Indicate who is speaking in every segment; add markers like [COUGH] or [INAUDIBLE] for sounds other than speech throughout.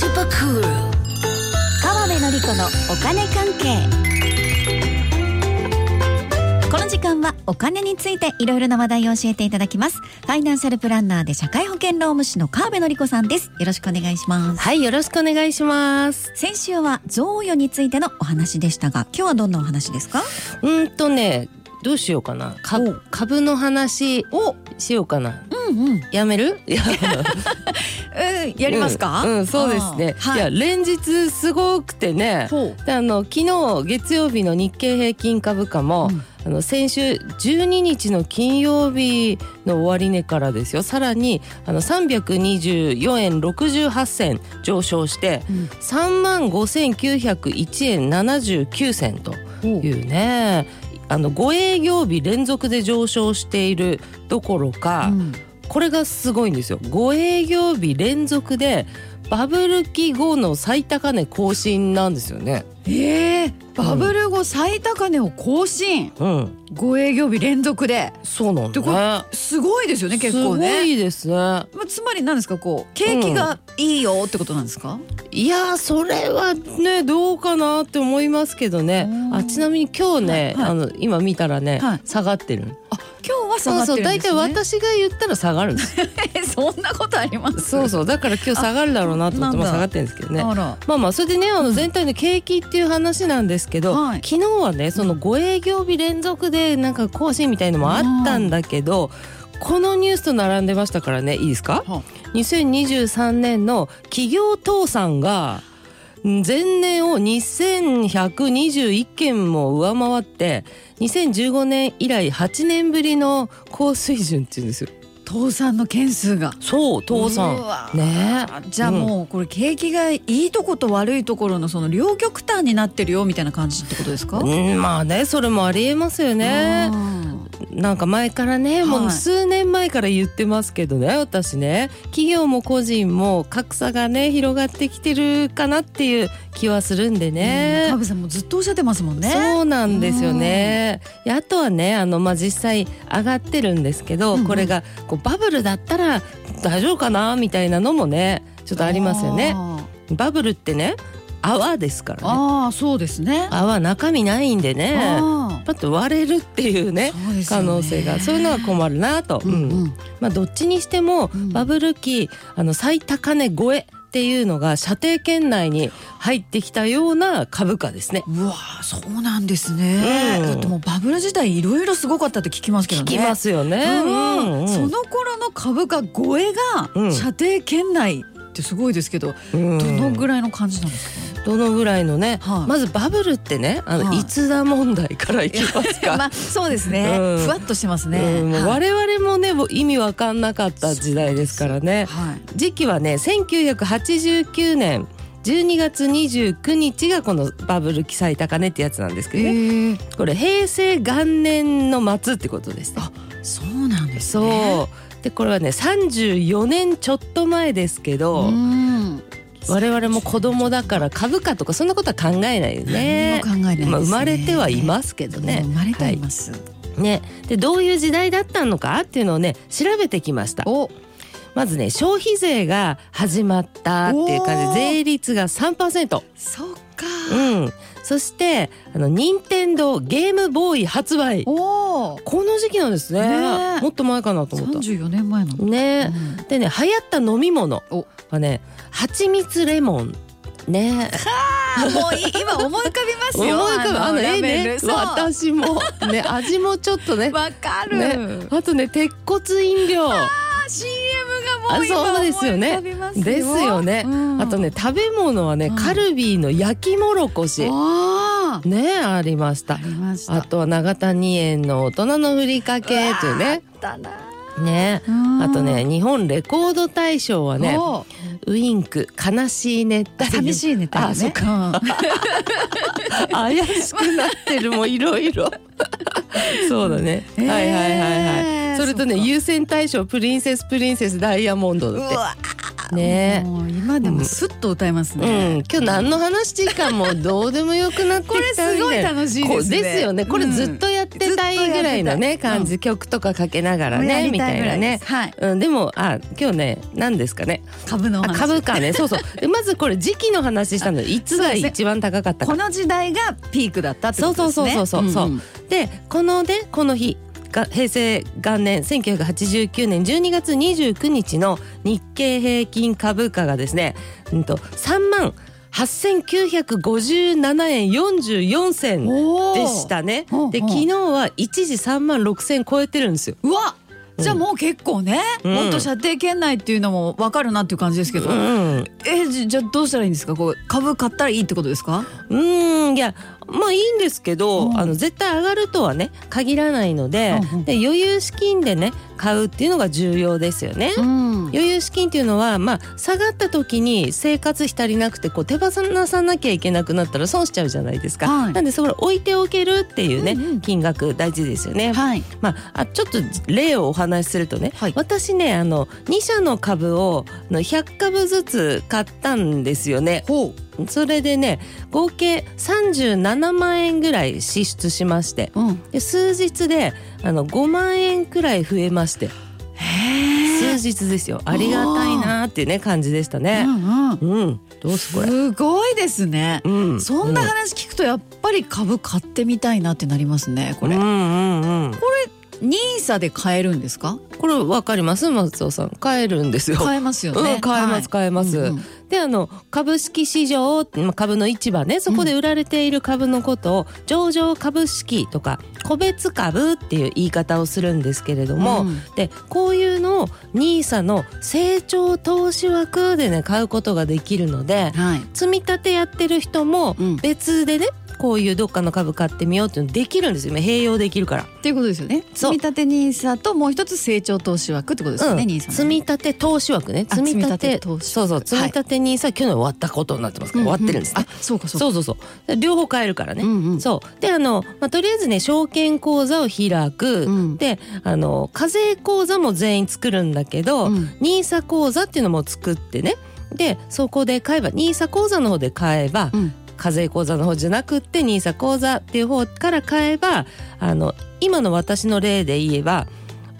Speaker 1: Hulu.
Speaker 2: 川辺典子のお金関係この時間はお金についていろいろな話題を教えていただきますファイナンシャルプランナーで社会保険労務士の川辺典子さんですよろしくお願いします
Speaker 3: はい、よろしくお願いします。
Speaker 2: 先週は贈与についてのお話でしたが今日はどんなお話ですか
Speaker 3: うーんとね、どうしようかな。か
Speaker 2: お
Speaker 3: 株の話をしようかな。
Speaker 2: うんうん
Speaker 3: やめ
Speaker 2: [LAUGHS]
Speaker 3: る？いや
Speaker 2: やりますか、
Speaker 3: うん、うんそうですね。
Speaker 2: はい
Speaker 3: いや連日すごくてね。
Speaker 2: ほう
Speaker 3: であの昨日月曜日の日経平均株価も、
Speaker 2: うん
Speaker 3: あの先週12日の金曜日の終値からですよさらにあの324円68銭上昇して
Speaker 2: うん
Speaker 3: 3万5901円79銭と
Speaker 2: ほう
Speaker 3: いうねあの5営業日連続で上昇しているどころか、
Speaker 2: うん
Speaker 3: これがすごいんですよ5営業日連続でバブル期後の最高値更新なんですよね。
Speaker 1: えー、バブル後最高値を更新
Speaker 3: うん、
Speaker 1: 5営業日連続で
Speaker 3: そうなん
Speaker 1: て
Speaker 3: だ
Speaker 1: こ
Speaker 3: ね。
Speaker 1: すごいですよね結構
Speaker 3: すご
Speaker 1: ね
Speaker 3: いですね。
Speaker 1: まあ、つまり何ですかこう景気がいいよってことなんですか、
Speaker 3: いやーそれはねどうかなって思いますけどね
Speaker 1: うん
Speaker 3: あちなみに今日ね、
Speaker 1: はいはい
Speaker 3: あの今見たらね、
Speaker 1: はい
Speaker 3: 下がってる
Speaker 1: あ今日は下
Speaker 3: そ
Speaker 1: が
Speaker 3: う
Speaker 1: って
Speaker 3: そう
Speaker 1: るん
Speaker 3: 大
Speaker 1: ですね
Speaker 3: 体私が言ったら下がるんです
Speaker 1: [LAUGHS] そんなことあります
Speaker 3: そうそうだから今日下がるだろうなと思って
Speaker 1: あ
Speaker 3: も
Speaker 1: なんだ
Speaker 3: 下がってるんですけどね
Speaker 1: あら
Speaker 3: まあまあそれでねあ
Speaker 1: う
Speaker 3: の
Speaker 1: ん
Speaker 3: 全体の景気っていう話なんですけど、
Speaker 1: はい
Speaker 3: 昨日はねその5営業日連続でなんか更新みたいのもあったんだけど、このニュースと並んでましたからねいいですか
Speaker 1: は
Speaker 3: 2023年の企業倒産がん前年を2121件も上回って2015年以来8年ぶりの高水準っていうんですよ。
Speaker 1: 倒産の件数が
Speaker 3: そう倒
Speaker 1: う
Speaker 3: 産
Speaker 1: わ
Speaker 3: ねえ
Speaker 1: じゃあもうこれ景気がいいとこと悪いところのその両極端になってるよみたいな感じってことですか、
Speaker 3: うんまあねそれもありえますよね。
Speaker 1: うん
Speaker 3: なんか前からね、も
Speaker 1: はいう
Speaker 3: 数年前から言ってますけどね私ね企業も個人も格差がね広がってきてるかなっていう気はするんでね。
Speaker 1: うん、川辺さんもずっとおっしゃってますもんね
Speaker 3: そうなんですよね。いやあとはねあの、まあ、実際上がってるんですけど、
Speaker 1: うんうん
Speaker 3: これがこうバブルだったら大丈夫かなみたいなのもねちょっとありますよね。
Speaker 1: あ
Speaker 3: バブルってね泡ですか
Speaker 1: ー
Speaker 3: らね
Speaker 1: あーそうですね
Speaker 3: 泡中身ないんでね
Speaker 1: あ
Speaker 3: パッと割れるっていう
Speaker 1: ー
Speaker 3: ね
Speaker 1: そうですよ
Speaker 3: 可
Speaker 1: ね
Speaker 3: 能性がそういうのは困るなと。
Speaker 1: うんうん
Speaker 3: うんまあ、どっちにしても
Speaker 1: うん
Speaker 3: バブル期あの最高値超えっていうのが射程圏内に入ってきたような株価ですね。
Speaker 1: うわーそうなんですね、
Speaker 3: うん
Speaker 1: だってもうバブル自体いろいろすごかったって聞きますけど
Speaker 3: 聞
Speaker 1: ね
Speaker 3: きますすよね。
Speaker 1: うん
Speaker 3: うんうん
Speaker 1: その頃の株価超え
Speaker 3: う
Speaker 1: が
Speaker 3: ん
Speaker 1: 射程圏内ってすごいですけど、
Speaker 3: うん
Speaker 1: どのぐらいの感じなんです
Speaker 3: どのぐらいのね、
Speaker 1: はい
Speaker 3: まずバブルってねあの、
Speaker 1: はい
Speaker 3: い、つだ問題からいきます
Speaker 1: か、 [LAUGHS]
Speaker 3: か。
Speaker 1: あそうですね
Speaker 3: うん
Speaker 1: ふわっとしてますね、
Speaker 3: うんもう
Speaker 1: はい
Speaker 3: 我々もねもう意味わかんなかった時代ですからね
Speaker 1: はい
Speaker 3: 時期はね1989年12月29日がこのバブル記載高値ってやつなんですけどね、
Speaker 1: えー、
Speaker 3: これ平成元年の末ってことですね
Speaker 1: あそうなんですね
Speaker 3: そう、でこれはね34年ちょっと前ですけど、
Speaker 1: うん
Speaker 3: 我々も子供だから株価とかそんなことは考えないよね
Speaker 1: 何も考えないですね、
Speaker 3: まあ、生まれてはいますすけどね。
Speaker 1: 生まれてはいます、
Speaker 3: ねでどういう時代だったのかっていうのをね調べてきました。
Speaker 1: お
Speaker 3: まずね消費税が始まったっていう
Speaker 1: お
Speaker 3: 感
Speaker 1: ー
Speaker 3: じで税率が3%。
Speaker 1: そっか、
Speaker 3: うん、そしてあの任天堂ゲームボーイ発売
Speaker 1: おお
Speaker 3: この時期なんですね
Speaker 1: ねえ
Speaker 3: もっと前かなと思っ
Speaker 1: 34年前の、
Speaker 3: た。ね
Speaker 1: うん
Speaker 3: でね流行った飲み物
Speaker 1: お
Speaker 3: がね蜂蜜レモンね
Speaker 1: もうい今思い浮かびます
Speaker 3: 思い
Speaker 1: よ。
Speaker 3: 浮かぶあの
Speaker 1: ラ
Speaker 3: ええ
Speaker 1: ベ
Speaker 3: ね
Speaker 1: ルそうわ
Speaker 3: 私も
Speaker 1: [LAUGHS]
Speaker 3: ね味もちょっとね
Speaker 1: かる。
Speaker 3: ねあとね鉄骨飲料。
Speaker 1: あ CM がもう今
Speaker 3: あそうですよね
Speaker 1: 思い浮かびますよ。
Speaker 3: ですよね
Speaker 1: うん
Speaker 3: あとね。食べ物はね、
Speaker 1: うん
Speaker 3: カルビーの焼きもろこし
Speaker 1: あー
Speaker 3: ねありまし
Speaker 1: あ
Speaker 3: た
Speaker 1: りまし
Speaker 3: あ
Speaker 1: た。
Speaker 3: とは長谷園の大人のふりかけというね
Speaker 1: だな。
Speaker 3: ねあとね日本レコード大賞は
Speaker 1: うん。
Speaker 3: ね [LAUGHS]
Speaker 1: お
Speaker 3: ウインク悲しい熱帯
Speaker 1: 寂しいネタね。
Speaker 3: あそっ
Speaker 1: か。
Speaker 3: 怪しくなってるもういろ
Speaker 1: [LAUGHS]
Speaker 3: いろそうだね、
Speaker 1: えー
Speaker 3: はいはいはいはいそれとね
Speaker 1: そっか
Speaker 3: 優先大賞プリンセスプリンセスダイヤモンド [LAUGHS]
Speaker 1: う
Speaker 3: だっ
Speaker 1: わ。
Speaker 3: てね
Speaker 1: もう今でもスッと歌えます
Speaker 3: うん
Speaker 1: ね。
Speaker 3: 今日何の話時間もうどうでもよくなってきたん
Speaker 1: これ
Speaker 3: で
Speaker 1: すごい楽しいですね
Speaker 3: こうですよねこれずっとやっってたいぐらいのね感じ、曲とかかけながら
Speaker 1: や
Speaker 3: ね
Speaker 1: り
Speaker 3: みたい
Speaker 1: ぐら
Speaker 3: なね
Speaker 1: ですはい
Speaker 3: うん、でもあ今日ね何ですかね
Speaker 1: 株のお
Speaker 3: あ
Speaker 1: 話
Speaker 3: 株価ねそうそうでまずこれ時期の話したのいつが
Speaker 1: そうですね
Speaker 3: 一番高かったか
Speaker 1: この時代がピークだったってことですね
Speaker 3: そうそうそうそうそうん
Speaker 1: ん
Speaker 3: でこのねこの日が平成元年1989年12月29日の日経平均株価がですね、うん、と3万8957円44銭
Speaker 1: おー
Speaker 3: でしたね
Speaker 1: おー
Speaker 3: で
Speaker 1: おー
Speaker 3: 昨日は一時3万6000超えてるんですよ。
Speaker 1: うわじゃあもう結構ね、
Speaker 3: うん
Speaker 1: もっと射程圏内っていうのも分かるなっていう感じですけど、
Speaker 3: うん
Speaker 1: えじじゃあどうしたらいいんですかこう株買ったらいいってことですか
Speaker 3: うーんいやまあいいんですけ
Speaker 1: う
Speaker 3: ど、
Speaker 1: ん
Speaker 3: あの絶対上がるとはね限らないので,、
Speaker 1: うんうん
Speaker 3: で余裕資金でね買うっていうのが重要ですよね。
Speaker 1: ん
Speaker 3: 余裕資金っていうのは、まあ、下がった時に生活費足りなくてこう手放さなきゃいけなくなったら損しちゃうじゃないですか、
Speaker 1: はい
Speaker 3: なんでそれ置いておけるっていうね、
Speaker 1: うんうん
Speaker 3: 金額大事ですよね、
Speaker 1: はい
Speaker 3: まあ、あちょっと例をお話しするとね、
Speaker 1: はい
Speaker 3: 私ねあの2社の株をあの100株ずつ買ったんですよね
Speaker 1: ほ
Speaker 3: それでね合計37万円ぐらい支出しまして
Speaker 1: う、うん、
Speaker 3: で数日であの5万円くらい増えまして
Speaker 1: へ
Speaker 3: 数日ですよありがたいなーっていうね感じでした
Speaker 1: え、う
Speaker 3: ね
Speaker 1: んうん、
Speaker 3: うん、どうすこれ
Speaker 1: すごいですね、
Speaker 3: うん
Speaker 1: そんな話聞くとやっぱり株買ってみたいなってなりますねこ
Speaker 3: これ
Speaker 1: れ、
Speaker 3: う
Speaker 1: ニ
Speaker 3: んうんうん
Speaker 1: ーサで買えるんですか
Speaker 3: これわかります松尾さん買えるんですよ
Speaker 1: 買えますよね、
Speaker 3: うん、買えます買えます、
Speaker 1: うんうん
Speaker 3: であの株式市場まあ株の市場ねそこで売られている株のことを上場株式とか個別株っていう言い方をするんですけれども、
Speaker 1: うん
Speaker 3: でこういうのを NISA の成長投資枠でね買うことができるので
Speaker 1: はい
Speaker 3: 積み立てやってる人も
Speaker 1: うん
Speaker 3: 別でねこういうどっかの株買ってみようっていうのできるんですよ今併用できるから。
Speaker 1: っていうことですよね
Speaker 3: そう
Speaker 1: 積み立てニーサともう一つ成長投資枠ってことですよね、
Speaker 3: うん
Speaker 1: ニーサ
Speaker 3: 積み立て投資枠ね
Speaker 1: あ
Speaker 3: 積み立
Speaker 1: 積み立て
Speaker 3: て
Speaker 1: 投資
Speaker 3: そうそう
Speaker 1: い
Speaker 3: 積み立て NISA、去年終わったことになってますから終わってるんですね、
Speaker 1: あそうかそうか
Speaker 3: そうそうそう両方買えるからね、
Speaker 1: うんうん
Speaker 3: そうであの、まあ、とりあえずね証券口座を開く、
Speaker 1: うん
Speaker 3: であの課税口座も全員作るんだけど、
Speaker 1: うん
Speaker 3: ニーサ口座っていうのも作ってねでそこで買えばニーサ口座の方で買えば、
Speaker 1: うん
Speaker 3: 課税口座の方じゃなくってニーサ口座っていう方から買えばあの今の私の例で言えば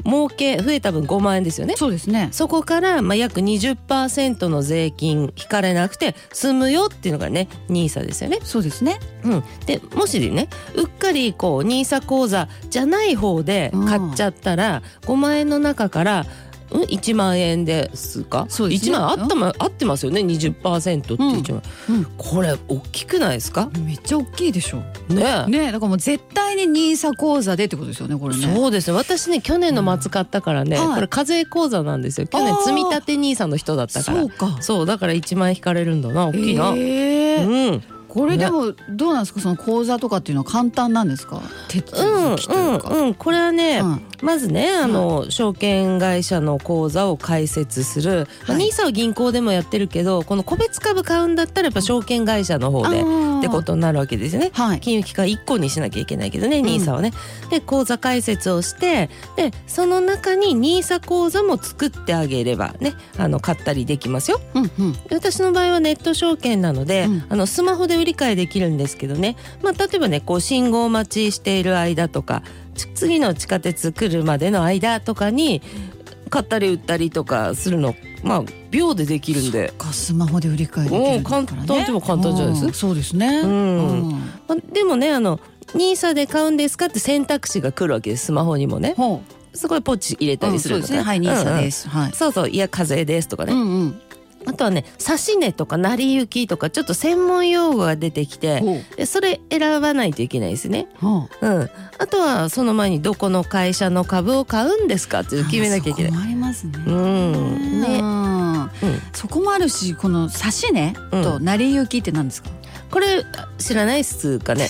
Speaker 3: 儲け増えた分5万円ですよね。
Speaker 1: そうですね
Speaker 3: そこからまあ約20%の税金引かれなくて済むよっていうのがねニーサですよね。
Speaker 1: そうですね
Speaker 3: うん、でもしねうっかりこうニーサ口座じゃない方で買っちゃったら、5万円の中から、うん、1万円ですか
Speaker 1: そうですね
Speaker 3: 1万あった、ま、合ってますよね20%って1万、
Speaker 1: うんうん
Speaker 3: これ大きくないですか
Speaker 1: めっちゃ大きいでしょ
Speaker 3: ねえ
Speaker 1: ねえだからもう絶対にニーサ口座でってことですよねこれね
Speaker 3: そうですね私ね去年の末買ったからね、
Speaker 1: うんはい
Speaker 3: これ課税口座なんですよ去年
Speaker 1: あー
Speaker 3: 積み立てニーサの人だったから
Speaker 1: そうか
Speaker 3: そうだから1万円引かれるんだな大きいな、
Speaker 1: ええ
Speaker 3: うん
Speaker 1: これでもどうなんですかその口座とかっていうのは簡単なんですか手
Speaker 3: うん
Speaker 1: 続きというか、
Speaker 3: うんうんこれはね、
Speaker 1: うん
Speaker 3: まずねあの、証券会社の口座を開設する、まあ
Speaker 1: はい
Speaker 3: NISA は銀行でもやってるけどこの個別株買うんだったらやっぱ証券会社の方で
Speaker 1: あー
Speaker 3: ってことになるわけですよね。
Speaker 1: はい
Speaker 3: 金融機関1個にしなきゃいけないけどね
Speaker 1: ん
Speaker 3: NISA はね。で口座開設をしてでその中に NISA 口座も作ってあげればねあの買ったりできますよ。
Speaker 1: うんうん
Speaker 3: で私の場合はネット証券なので、
Speaker 1: うん
Speaker 3: あのスマホで売り買いできるんですけどね、まあ、例えばねこう信号待ちしている間とかち次の地下鉄来るまでの間とかに買ったり売ったりとかするのまあ秒でできるんで。
Speaker 1: かスマホで売り買いできるんだからね
Speaker 3: おー簡単でも簡単じゃないです
Speaker 1: うんそうですね
Speaker 3: うん
Speaker 1: うん
Speaker 3: まあ、でもねあの NISA で買うんですかって選択肢が来るわけですスマホにもね
Speaker 1: ほ
Speaker 3: そこでポチ入れ
Speaker 1: う
Speaker 3: たりする
Speaker 1: うん
Speaker 3: の、
Speaker 1: そうですねはいニーサですす、は
Speaker 3: う
Speaker 1: い
Speaker 3: んうんそうそういや課税ですとかね、
Speaker 1: うんうん
Speaker 3: あとはね差し値とか成り行きとかちょっと専門用語が出てきて
Speaker 1: ほう
Speaker 3: でそれ選ばないといけないですね。
Speaker 1: ほう
Speaker 3: うん、あとはその前にどこの会社の株を買うんですかっていう決めなきゃいけない。
Speaker 1: あそこもありますね。
Speaker 3: うんね
Speaker 1: うん
Speaker 3: うん
Speaker 1: そこもあるし、この差し値
Speaker 3: うん
Speaker 1: と成り行きって何ですか。
Speaker 3: これ知らないっすかね。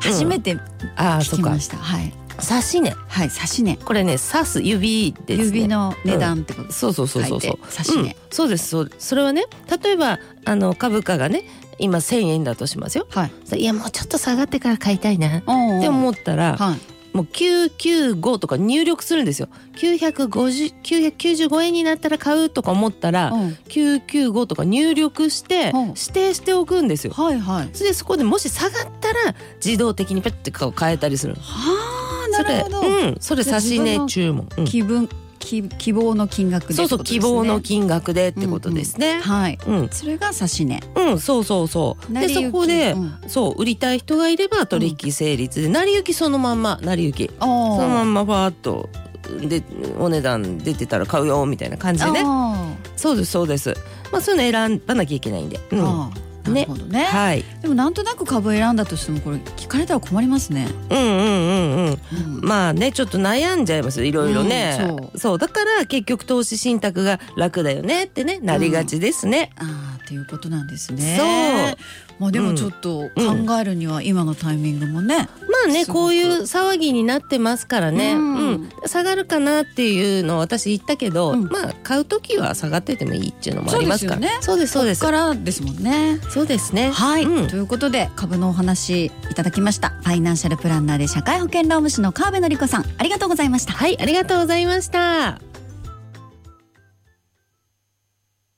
Speaker 1: 初めて
Speaker 3: ああ
Speaker 1: 聞
Speaker 3: そっ
Speaker 1: き
Speaker 3: か
Speaker 1: ま。した。はい、
Speaker 3: 指し値
Speaker 1: はい、差し値、
Speaker 3: これね指す指ですね。
Speaker 1: 指の値段ってことです。
Speaker 3: そうそうそうそうそ
Speaker 1: 書
Speaker 3: う
Speaker 1: い。て差し値
Speaker 3: うんそうですそうそれはね例えばあの株価がね今1,000円だとしますよ。
Speaker 1: はい。
Speaker 3: そういやもうちょっと下がってから買いたいなっ
Speaker 1: おうおう
Speaker 3: て思ったら、
Speaker 1: はい。
Speaker 3: もう995とか入力するんですよ。950 995円になったら買うとか思ったら。
Speaker 1: うん
Speaker 3: 995とか入力して
Speaker 1: うん
Speaker 3: 指定しておくんですよ。
Speaker 1: はいはい。
Speaker 3: それでそこでもし下がったら自動的にペッて顔変えたりするの
Speaker 1: はな
Speaker 3: そ
Speaker 1: る
Speaker 3: れ
Speaker 1: ほど、
Speaker 3: うん、それ
Speaker 1: じゃあ
Speaker 3: 差し
Speaker 1: 自分の
Speaker 3: 値注文、うん
Speaker 1: 希分希希望の金額で
Speaker 3: そうそう
Speaker 1: ってことです
Speaker 3: 希
Speaker 1: ね
Speaker 3: 望の金額でってことですね。
Speaker 1: はい
Speaker 3: うん、
Speaker 1: それが差し値
Speaker 3: うん、そうそうそう。
Speaker 1: 成
Speaker 3: で
Speaker 1: り行き
Speaker 3: そこで、
Speaker 1: うん
Speaker 3: そう売りたい人がいれば取引成立で、成り行きそのまんま成り行き
Speaker 1: そ
Speaker 3: そのま
Speaker 1: の
Speaker 3: んまパーッとでお値段出てたら買うよみたいな感じでね
Speaker 1: ね
Speaker 3: そうですそうですまあそういうの選ばなきゃいけないんで、うん、は
Speaker 1: ああなるほどね
Speaker 3: い
Speaker 1: でもなんとなく株選んだとしてもこれ聞かれたら困りますね、
Speaker 3: うんうんうんうん
Speaker 1: うん
Speaker 3: まあねちょっと悩んじゃいますいろいろね、
Speaker 1: うんそ
Speaker 3: そうだから結局投資信託が楽だよねってねなりがちですね、
Speaker 1: ああっていうことなんですね
Speaker 3: そう
Speaker 1: まあでもちょっと
Speaker 3: うん
Speaker 1: 考えるには今のタイミングもね、
Speaker 3: まあね
Speaker 1: すごく
Speaker 3: こういう騒ぎになってますからね、
Speaker 1: う
Speaker 3: うんん下がるかなっていうのを私言ったけど、
Speaker 1: うん
Speaker 3: まあ買う時は下がっててもいいっていうのもありますから
Speaker 1: そうです
Speaker 3: そうです
Speaker 1: ここからですもんね
Speaker 3: そうですね
Speaker 1: はい、
Speaker 3: うん
Speaker 1: ということで
Speaker 2: 株のお話いただきましたファイナンシャルプランナーで社会保険労務士の川辺典子さんありがとうございました
Speaker 3: はいありがとうございました